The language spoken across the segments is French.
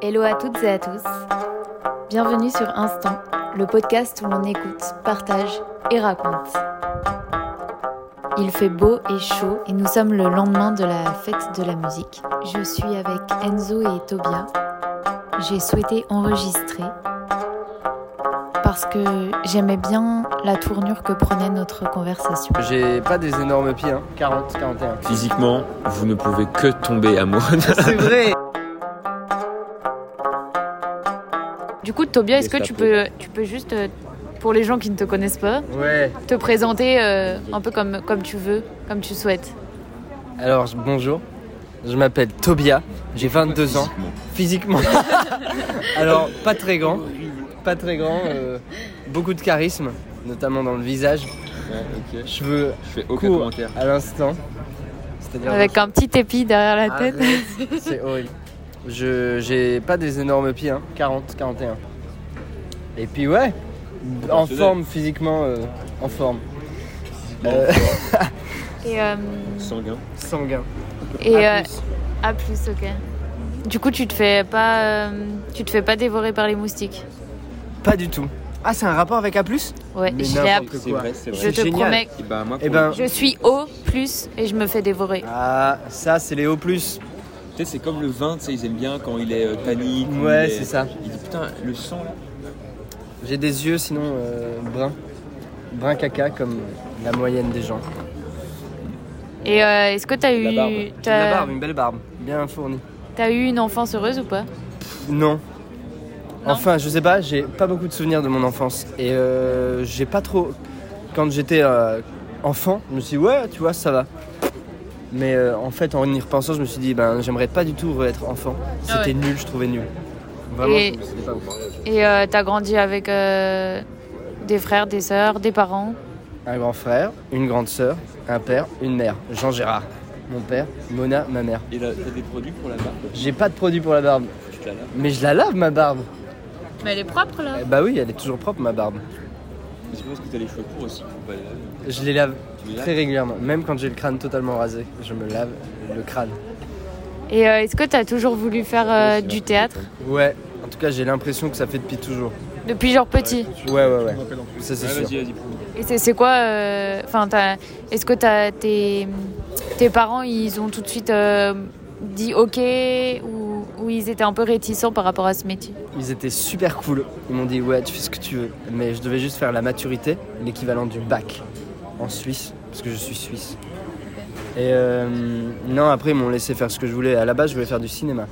Hello à toutes et à tous. Bienvenue sur Instant, le podcast où l'on écoute, partage et raconte. Il fait beau et chaud et nous sommes le lendemain de la fête de la musique. Je suis avec Enzo et Tobia. J'ai souhaité enregistrer parce que j'aimais bien la tournure que prenait notre conversation. J'ai pas des énormes pieds, hein. 40, 41. Physiquement, vous ne pouvez que tomber amoureux. C'est vrai Du coup, Tobia, est-ce que Laisse tu la peux, tu peux juste, euh, pour les gens qui ne te connaissent pas, Ouais. te présenter euh, un peu comme, comme tu veux, comme tu souhaites Alors, je- bonjour. Je m'appelle Tobia, j'ai 22 ans. Physiquement. Alors, pas très grand. Pas très grand. euh, beaucoup de charisme, notamment dans le visage. Cheveux Je fais courts à l'instant. C'est-à-dire. Avec un petit épi derrière la tête. Arrête, C'est horrible. Je j'ai pas des énormes pieds, hein. 40, 41. Et puis ouais, en forme physiquement, euh, en forme. Euh, Et, euh, Sanguin. sanguin. et euh, ah, plus, ok. Du coup, tu te fais pas, euh, tu te fais pas dévorer par les moustiques. Pas du tout. Ah, c'est un rapport avec A+. Ouais, Mais je l'ai n'importe appris. quoi. c'est Je te génial. promets, Et bah, moi, Eh ben, je suis haut plus et je me fais dévorer. ah, ça c'est les hauts plus. peut-être c'est comme le vin, tu sais, ils aiment bien quand il est euh, tannique. quand Ouais, il est- c'est ça. Il dit putain, le sang là. J'ai des yeux sinon euh, bruns. Brun caca comme la moyenne des gens. Et euh, est-ce que t'as La barbe. eu, La t'as barbe, une belle barbe, bien fournie. t'as eu une enfance heureuse ou pas Non. Enfin, je sais pas, j'ai pas beaucoup de souvenirs de mon enfance. Et euh, j'ai pas trop. Quand j'étais euh, enfant, je me suis dit, ouais, tu vois, ça va. Mais euh, en fait, en y repensant, je me suis dit, ben, j'aimerais pas du tout être enfant. C'était Ah ouais. nul, je trouvais nul. Vraiment, Et- je me sentais pas bon. Et euh, t'as grandi avec euh, des frères, des sœurs, des parents Un grand frère, une grande sœur, un père, une mère. Jean Gérard, mon père, Mona, ma mère. Et là, t'as des produits pour la barbe J'ai pas de produit pour la barbe, Tu te la laves. mais je la lave ma barbe. Mais elle est propre là. Eh Bah oui, elle est toujours propre ma barbe. Mais c'est parce que t'as les cheveux courts aussi, faut pas les laver. Je les lave Tu les laves très régulièrement, même quand j'ai le crâne totalement rasé, je me lave le crâne. Et euh, est-ce que t'as toujours voulu faire euh, du théâtre Ouais, en tout cas j'ai l'impression que ça fait depuis toujours. depuis genre petit Ouais ouais ouais, ça c'est sûr. Ouais, vas-y, vas-y, prends. Et c'est c'est quoi euh, Enfin, t'as- est-ce que t'as tes tes parents ils ont tout de suite euh, dit ok ou, ou ils étaient un peu réticents par rapport à ce métier Ils étaient super cool, ils m'ont dit ouais tu fais ce que tu veux, mais je devais juste faire la maturité, l'équivalent du bac en Suisse, parce que je suis suisse. Et euh, non après ils m'ont laissé faire ce que je voulais, à la base je voulais faire du cinéma.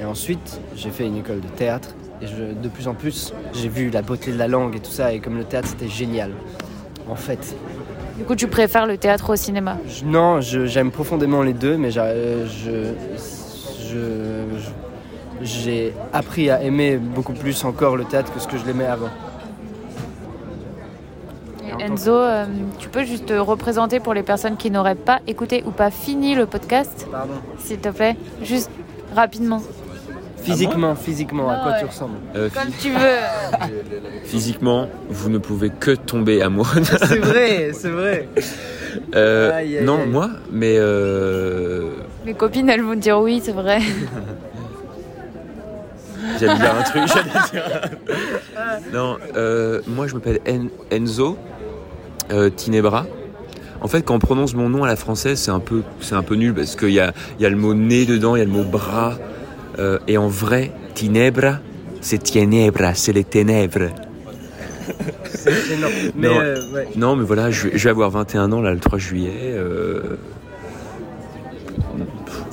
Et ensuite j'ai fait une école de théâtre, et je- de plus en plus j'ai vu la beauté de la langue et tout ça, et comme le théâtre c'était génial. En fait, Du coup, tu préfères le théâtre au cinéma Je- Non, je- j'aime profondément les deux, mais j'a- euh, je- je- je- j'ai appris à aimer beaucoup plus encore le théâtre que ce que je l'aimais avant. Et Enzo, euh, tu peux juste te représenter pour les personnes qui n'auraient pas écouté ou pas fini le podcast, Pardon. s'il te plaît, juste rapidement, Physiquement, physiquement, à Non, quoi ouais. tu ressembles Euh, comme tu veux. Physiquement, vous ne pouvez que tomber amoureux. C'est vrai, c'est vrai. Euh, Aïe, aïe, non, aïe. moi, mais euh, Mes copines, elles vont dire oui, c'est vrai. J'allais dire un truc, j'allais dire. Non, euh, moi je m'appelle En- Enzo euh, Tinebra. En fait, quand on prononce mon nom à la française, c'est un peu, c'est un peu nul parce qu'il y a, il y a le mot nez dedans, il y a le mot bras. Euh, et en vrai, Tinebra, c'est Tinebra, c'est les ténèbres. C'est énorme. Mais Non. euh, ouais. Non, mais voilà, je, je vais avoir 21 ans là le 3 juillet. euh,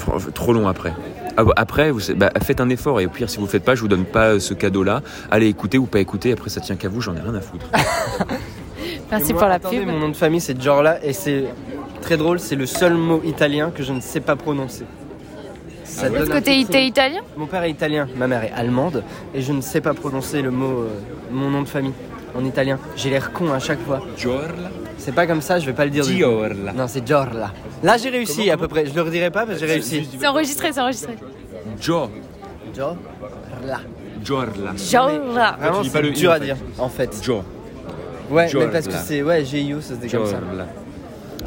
pff, Trop long après. Ah bah, Après, vous, savez- bah, faites un effort et au pire, si vous ne faites pas, je vous donne pas euh, ce cadeau-là. Allez écouter ou pas écouter, après ça tient qu'à vous, j'en ai rien à foutre. Merci Ah, Et moi, pour la attendez, pub. Mon nom de famille c'est Giorla et c'est très drôle, c'est le seul mot italien que je ne sais pas prononcer. Ça donne Est-ce que un t'es petit t'es italien Mon père est italien, ma mère est allemande, et je ne sais pas prononcer le mot, euh, mon nom de famille en italien. J'ai l'air con à chaque fois. Giorla C'est pas comme ça, je vais pas le dire. du- Giorla. Non, c'est Giorla. Là, j'ai réussi à peu près. Je le redirai pas, parce que j'ai réussi. C'est enregistré, c'est enregistré. Gio- Giorla. Giorla. Genre Vraiment, Ah, dis pas c'est le dur i, à en fait. dire, en fait. Gio- Ouais, Giorla. mais parce que c'est. Ouais, G.I.O, ça se dit comme ça. Giorla.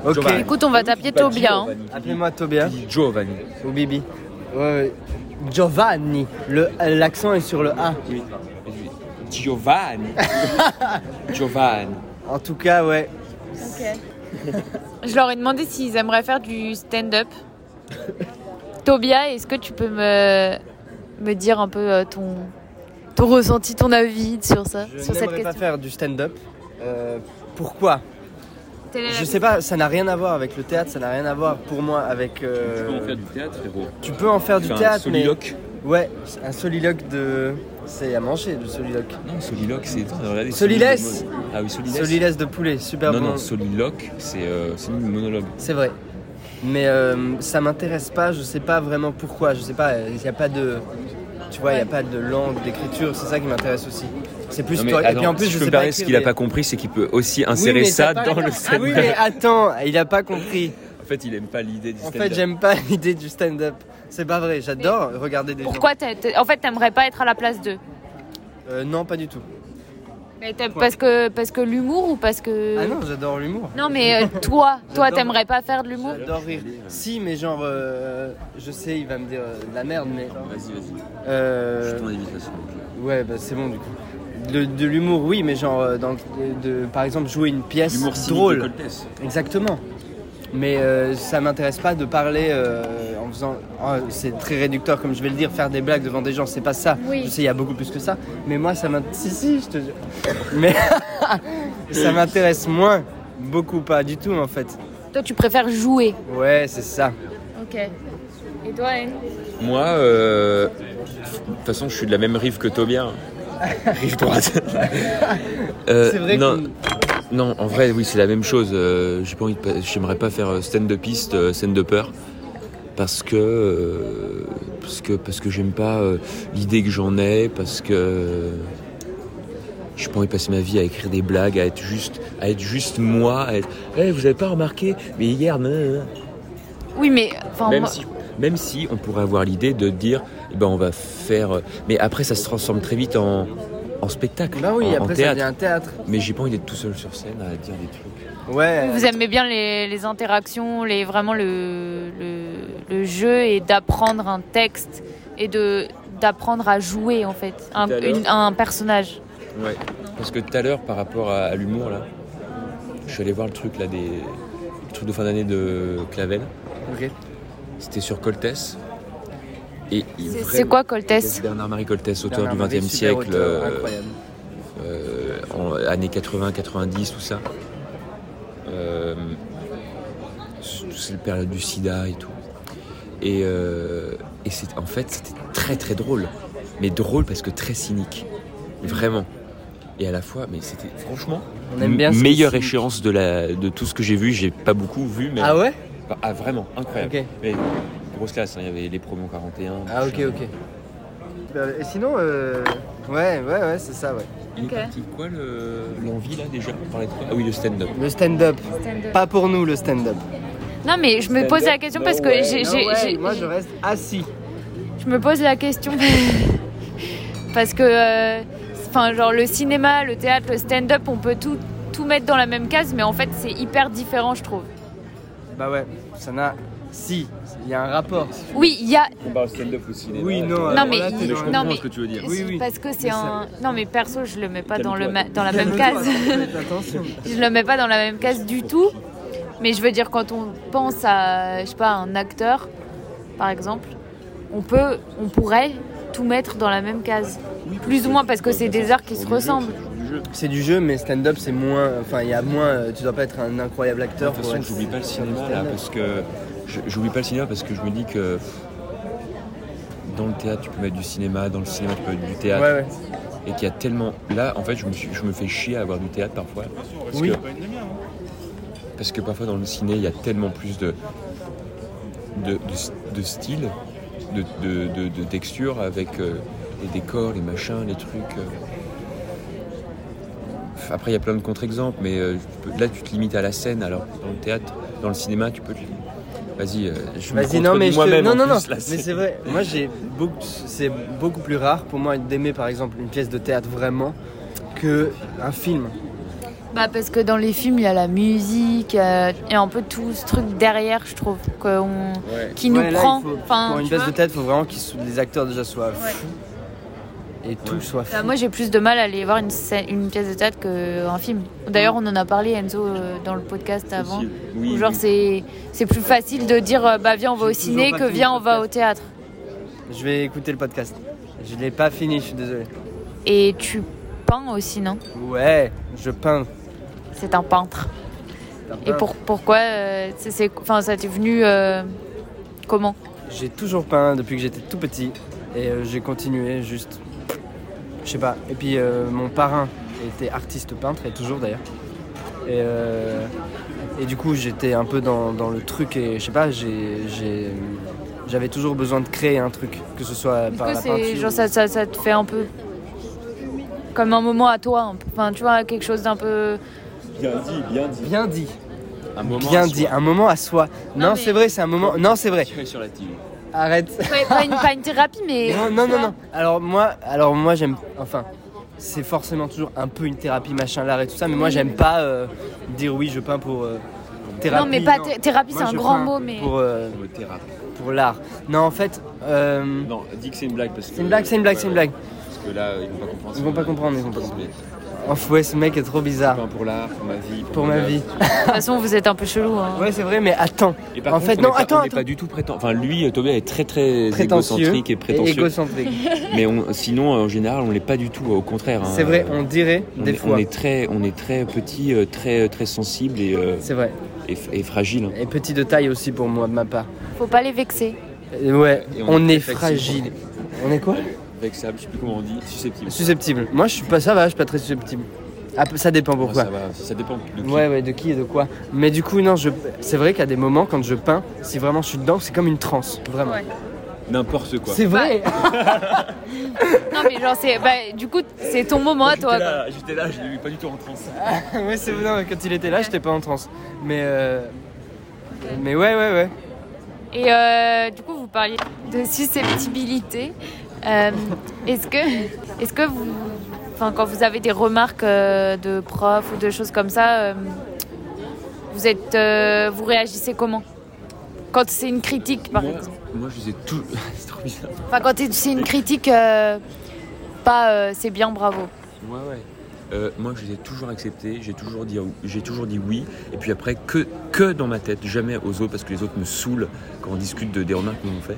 Ok. Giovanni. Écoute, on va t'appeler Tu dis pas Tobia, hein. Giovanni, tu dis- Appelez-moi Tobia tu dis Giovanni. ou Bibi. Ouais, ouais. Giovanni. Le- L'accent est sur le A. Oui. Giovanni. Giovanni. En tout cas, ouais. Je leur ai demandé s'ils aimeraient faire du stand-up. Tobia, est-ce que tu peux me, me dire un peu euh, ton, ton ressenti, ton avis sur ça, Je sur cette n'aimerais pas question faire du stand-up. Euh, pourquoi Telle est la Je sais pas, ça n'a rien à voir avec le théâtre, ça n'a rien à voir pour moi avec. euh, Tu peux en faire du théâtre, frérot. Tu peux en faire du Faire un théâtre, mais. soliloque. Ouais, un soliloque de. C'est à manger le soliloque. Non, soliloque, c'est. Attends, regardez, Solilès. c'est une mode. Ah oui, solilès. Solilès de poulet, super Non, bon. non, soliloque, c'est euh, c'est une monologue. C'est vrai. Mais euh, ça m'intéresse pas, je sais pas vraiment pourquoi. Je sais pas, il n'y a pas de. Tu vois, il n'y a pas de langue, d'écriture, c'est ça qui m'intéresse aussi. C'est plus Non, mais toi. et attends, puis en plus, si je, je peux sais me pas. permettre, ce qu'il a pas compris, c'est qu'il peut aussi insérer ça dans le stand-up. stand-up. Ah Oui, mais attends, il a pas compris. En fait, il aime pas l'idée du En stand-up. fait, j'aime pas l'idée du stand-up. C'est pas vrai, j'adore regarder des gens. Pourquoi t'as- t'as- En fait, t'aimerais pas être à la place d'eux Euh, Non, pas du tout. Mais t'aimes- Parce que, parce que l'humour ou parce que... Ah non, j'adore l'humour. Non, mais euh, toi, toi, J'adore. t'aimerais pas faire de l'humour J'adore rire. Si, mais genre, euh, je sais, il va me dire euh, de la merde, mais. Vas-y, vas-y. euh, Je tourne l'invitation. ouais, bah c'est bon du coup. De, de l'humour, oui, mais genre, euh, dans, de, de- par exemple, jouer une pièce L'humour cynique de drôle. Coltès. Exactement. Mais euh, ça m'intéresse pas de parler euh, en faisant. oh, c'est très réducteur, comme je vais le dire, faire des blagues devant des gens, c'est pas ça. Oui. Je sais, il y a beaucoup plus que ça. Mais moi, ça m'intéresse. Si, si, je te jure. Mais ça m'intéresse moins. Beaucoup pas du tout, en fait. Toi, tu préfères jouer. Ouais, c'est ça. Ok. Et toi, Anne Moi, euh, de toute façon, je suis de la même rive que Tobia. rive droite. Euh, C'est vrai non, qu'on- non, en vrai, oui, c'est la même chose. Euh, J'ai pas envie de pa- j'aimerais pas faire euh, stand-upiste, euh, stand-upper. Parce que, euh, parce que parce que j'aime pas euh, l'idée que j'en ai, parce que euh, j'ai pas envie de passer ma vie à écrire des blagues, à être juste, à être juste moi, à être. Eh, vous avez pas remarqué Mais hier, nan, nan, nan. Oui, mais... enfin, Même moi- si, même si on pourrait avoir l'idée de dire, eh ben on va faire. Mais après, ça se transforme très vite en, en spectacle, Bah oui, en, en après ça théâtre. devient un théâtre. Mais j'ai pas envie d'être tout seul sur scène à dire des trucs. Ouais. Vous aimez bien les, les interactions, les, vraiment le, le, le jeu et d'apprendre un texte et de d'apprendre à jouer en fait un, Tout à l'heure. une- un personnage. Ouais. Parce que tout à l'heure, par rapport à, à l'humour là, je suis allé voir le truc là des le truc de fin d'année de Clavel. Ok. C'était sur Coltès. Et il- C'est- vraiment- c'est quoi, Coltès Bernard Marie Coltès, auteur Bernard du Marie, XXe super siècle. auteur, euh, incroyable. euh, en années 80, 90, tout ça. Euh, c'est la période du sida et tout. Et, euh, et c'est, en fait, c'était très très drôle. Mais drôle parce que très cynique. Vraiment. Et à la fois, mais c'était franchement, On aime bien ce qui est meilleure cynique. échéance de, la, de tout ce que j'ai vu. J'ai pas beaucoup vu, mais. Ah ouais Enfin, ah, vraiment, incroyable. Ok. Mais grosse classe, hein, il y avait les promos 41. Ah ok machin. ok. Euh, Et sinon, euh... ouais ouais ouais c'est ça ouais. Il est Ok. parti de quoi le- l'envie là déjà On parlait de quoi Ah oui, le stand-up. Le stand-up. Pas pour nous le stand-up. Non mais je me pose la question parce que j'ai- Non, j'ai- ouais, j'ai- moi je reste assis. je me pose la question parce que euh, enfin genre le cinéma, le théâtre, le stand-up, on peut tout tout mettre dans la même case mais en fait c'est hyper différent je trouve. Bah ouais, ça n'a. Si, il y a un rapport. Oui, il y a On parle stand-up aussi. Oui, non, Non, mais il- je comprends non, mais- ce que tu veux dire. Oui, oui. parce que c'est Mais ça- un non mais perso je le mets pas dans le Calme-toi. ma- dans la même case. Attention. je le mets pas dans la même case du tout. Mais je veux dire, quand on pense à, je sais pas, un acteur, par exemple, on peut, on pourrait tout mettre dans la même case. Plus ou moins parce que c'est des arts qui se ressemblent. C'est du jeu, mais stand-up c'est moins. Enfin, il y a moins. euh, Tu dois pas être un incroyable De acteur. toute pour façon, être- j'oublie pas le faire du cinéma là stand-up. parce que je- j'oublie pas le cinéma parce que je me dis que dans le théâtre tu peux mettre du cinéma, dans le cinéma tu peux mettre du Ouais théâtre ouais. et qu'il y a tellement là en fait je me, suis- je me fais chier à avoir du théâtre parfois parce Oui. que parce que parfois dans le ciné il y a tellement plus de de, de- de style, de, de, de- de texture avec euh, les décors, les machins, les trucs. euh. Après, il y a plein de contre-exemples, mais euh, tu peux- là, tu te limites à la scène, alors que dans le théâtre, dans le cinéma, tu peux te. Vas-y, euh, je me Vas-y, non, contredis mais je te- moi-même. non, en non, non, plus, là, mais c'est vrai. Moi, j'ai beaucoup, c'est beaucoup plus rare pour moi d'aimer, par exemple, une pièce de théâtre vraiment que un film. Bah parce que dans les films, il y a la musique euh, et un peu tout ce truc derrière, je trouve, qu'on- qui nous Ouais, là, prend. il faut- Enfin, pour une tu baisse vois. de tête, il faut vraiment que les acteurs déjà soient fous. Et tout soit fou. Bah, moi, j'ai plus de mal à aller voir une, scène- une pièce de théâtre qu'un film. D'ailleurs, on en a parlé, Enzo, euh, dans le podcast avant. Où genre, c'est c'est plus facile de dire euh, bah viens, on va au J'ai toujours ciné pas que fini viens, le on va au podcast. théâtre. Je vais écouter le podcast. Je l'ai pas fini, je suis désolé. Et tu peins aussi, non Ouais, je peins. C'est un peintre. Et Ah. pour, pourquoi euh, c'est- c'est- enfin, ça t'est venu euh, comment J'ai toujours peint depuis que j'étais tout petit et euh, j'ai continué juste. Je sais pas. Et puis euh, mon parrain était artiste peintre et toujours d'ailleurs. Et, euh, et du coup j'étais un peu dans, dans le truc et je sais pas, j'ai- j'ai- j'avais toujours besoin de créer un truc, que ce soit Est-ce par que la c'est peinture. genre ou- ça, ça, ça te fait un peu comme un moment à toi un peu. Enfin, tu vois, quelque chose d'un peu. Bien dit, bien dit. Bien dit, Un bien dit, un moment à soi. Non, Non, mais- c'est vrai, c'est un moment. Non, c'est vrai. Tirer sur la team. Arrête. pas, pas une, pas une thérapie, mais. Non, non, non, non. Alors moi, alors moi j'aime. Enfin, c'est forcément toujours un peu une thérapie, machin, l'art et tout ça. Mais moi, j'aime pas euh, dire oui, je peins pour euh, thérapie. Non, mais pas thé- thérapie, Moi, c'est un je grand peins mot, mais. Pour, euh, Le thérapeute. pour l'art. Non, en fait, euh, Non, dis que c'est une blague parce que. c'est une blague, c'est une blague, Ouais, c'est une ouais. blague. Parce que là, ils vont pas comprendre. Ils vont pas comprendre, ils vont pas comprendre. En fouet, ce mec est trop bizarre. Enfin, pour l'art, pour ma vie. Pour, Pour mon ma œuvre. vie. De euh, toute façon, vous êtes un peu chelou. Hein. Ouais, c'est vrai, mais attends. Et par En contre, fait, on non, est pas- attends, on est attends. pas du tout prétend. Enfin, lui, euh, Tobias est très très Prétentieux égocentrique et prétentieux. égocentrique. Mais on- sinon, en général, on l'est pas du tout. Au contraire. hein. C'est vrai, on dirait On des est- fois. On est très, on est très petit, euh, très très sensible et, euh, C'est vrai. et, f- et fragile. hein. Et petit de taille aussi pour moi, de ma part. Faut pas les vexer. Et ouais, Et on, est très flexible. fragile. On est quoi Vexable, je sais plus comment on dit, susceptible. Susceptible. Moi, je suis pas. Ça va, je suis pas très susceptible. Ah, ça dépend Moi, pourquoi. ça, va, ça dépend de qui. ouais, ouais, de qui et de quoi. Mais du coup, non, je. C'est vrai qu'à des moments, quand je peins, si vraiment je suis dedans, c'est comme une transe, vraiment. Ouais. N'importe quoi. C'est vrai. Non, mais genre, c'est. Bah, du coup, c'est ton moment à toi. quoi. J'étais là, je l'ai vu pas du tout en transe. Bah. ouais, c'est vrai. non, mais Quand il était là, j'étais pas en transe. Mais. euh, Mais ouais, ouais, ouais. Et euh, du coup, vous parliez de susceptibilité. Euh, est-ce que, est-ce que vous, enfin, quand vous avez des remarques euh, de profs ou de choses comme ça, euh, vous êtes, euh, vous réagissez comment Quand c'est une critique, par Moi, exemple. moi, je les ai tous. c'est trop bizarre. Enfin, quand c'est une critique, euh, pas euh, c'est bien, bravo. Ouais, ouais. Euh, moi, je les ai toujours acceptés, j'ai toujours, dit- j'ai toujours dit oui, et puis après, que, que dans ma tête, jamais aux autres, parce que les autres me saoulent quand on discute de, des remarques qu'on fait,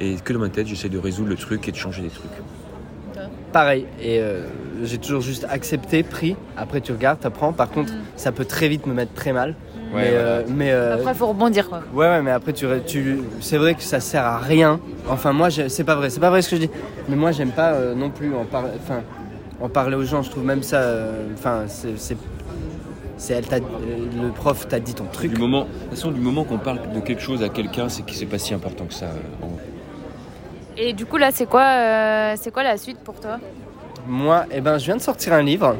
et que dans ma tête, j'essaie de résoudre le truc et de changer des trucs. Pareil. Et euh, j'ai toujours juste accepté, pris. Après, tu regardes, t'apprends. Par contre, Mm. ça peut très vite me mettre très mal. mais. euh, mais euh, Après, faut rebondir. Quoi. Ouais, ouais, mais après, tu, tu, c'est vrai que ça sert à rien. Enfin, moi, j'ai- c'est pas vrai, c'est pas vrai ce que je dis. Mais moi, j'aime pas euh, non plus en, par- enfin, en parler aux gens. Je trouve même ça. euh, Enfin, c'est. c'est- c'est elle, t'a- euh, le prof t'a dit ton truc. Du moment, de toute façon, du moment qu'on parle de quelque chose à quelqu'un, c'est que c'est pas si important que ça. euh, en- Et du coup, là, c'est quoi, euh, c'est quoi la suite pour toi Moi, eh ben, je viens de sortir un livre.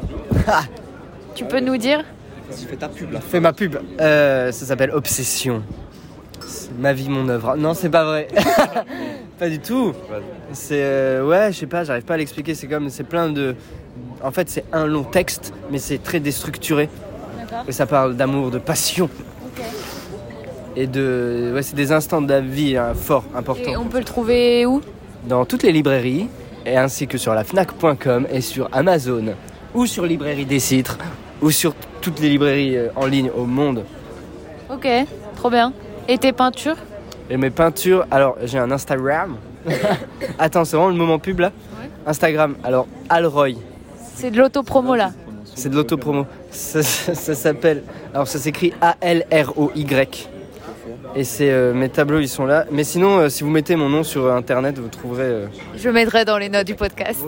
Tu peux nous dire Fais ma pub. Euh, ça s'appelle Obsession. C'est Ma vie, mon œuvre. Non, c'est pas vrai. pas du tout. C'est euh, ouais, je sais pas, j'arrive pas à l'expliquer. C'est comme, c'est plein de. En fait, c'est un long texte, mais c'est très déstructuré. Et ça parle d'amour, de passion. Et de, ouais, c'est des instants de la vie hein, forts, importants. Et on peut le trouver où Dans toutes les librairies, et ainsi que sur la Fnac.com et sur Amazon, ou sur Librairie des Citres, ou sur t- toutes les librairies euh, en ligne au monde. Ok, trop bien. Et tes peintures Et mes peintures, alors j'ai un Instagram. Attends, c'est vraiment le moment pub là Instagram, alors Alroy, C'est de l'autopromo là. c'est de l'autopromo. Ça, ça, ça s'appelle, alors ça s'écrit A-L-R-O-Y. Et c'est euh, mes tableaux, ils sont là. Mais sinon, euh, si vous mettez mon nom sur euh, internet, vous trouverez. euh, Je mettrai dans les notes du podcast.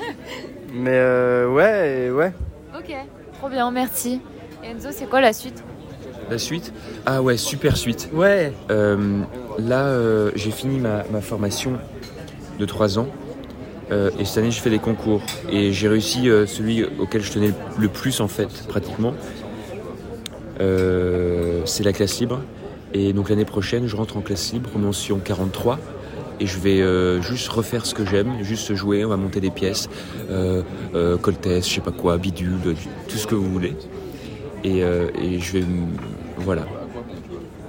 Mais euh, ouais, et ouais. ok, trop bien, merci. Et Enzo, c'est quoi la suite La suite Ah ouais, super suite. Ouais. Euh, là, euh, j'ai fini ma, ma formation de 3 ans. euh, et cette année, je fais des concours. Et j'ai réussi euh, celui auquel je tenais le plus, en fait, pratiquement. Euh, c'est la classe libre. Et donc l'année prochaine, je rentre en classe libre, mention 43. Et je vais euh, juste refaire ce que j'aime, juste jouer, on va monter des pièces, euh, euh, Coltès, je sais pas quoi, bidule, tout ce que vous voulez. Et, euh, et je vais. m- Voilà.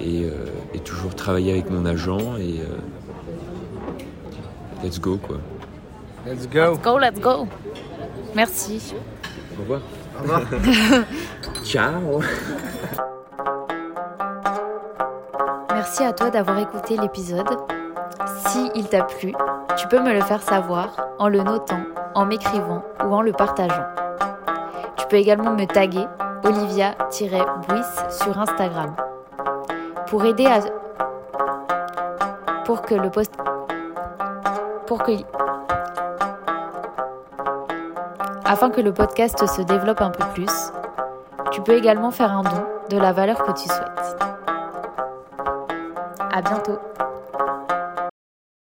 Et, euh, et toujours travailler avec mon agent et. euh, let's go, quoi. Let's go. Go, let's go. Merci. Au revoir. Au revoir. Ciao. Merci à toi d'avoir écouté l'épisode. Si il t'a plu, tu peux me le faire savoir en le notant, en m'écrivant ou en le partageant. Tu peux également me taguer olivia-buis sur Instagram. Pour aider à pour que le post pour que afin que le podcast se développe un peu plus, tu peux également faire un don de la valeur que tu souhaites. À bientôt.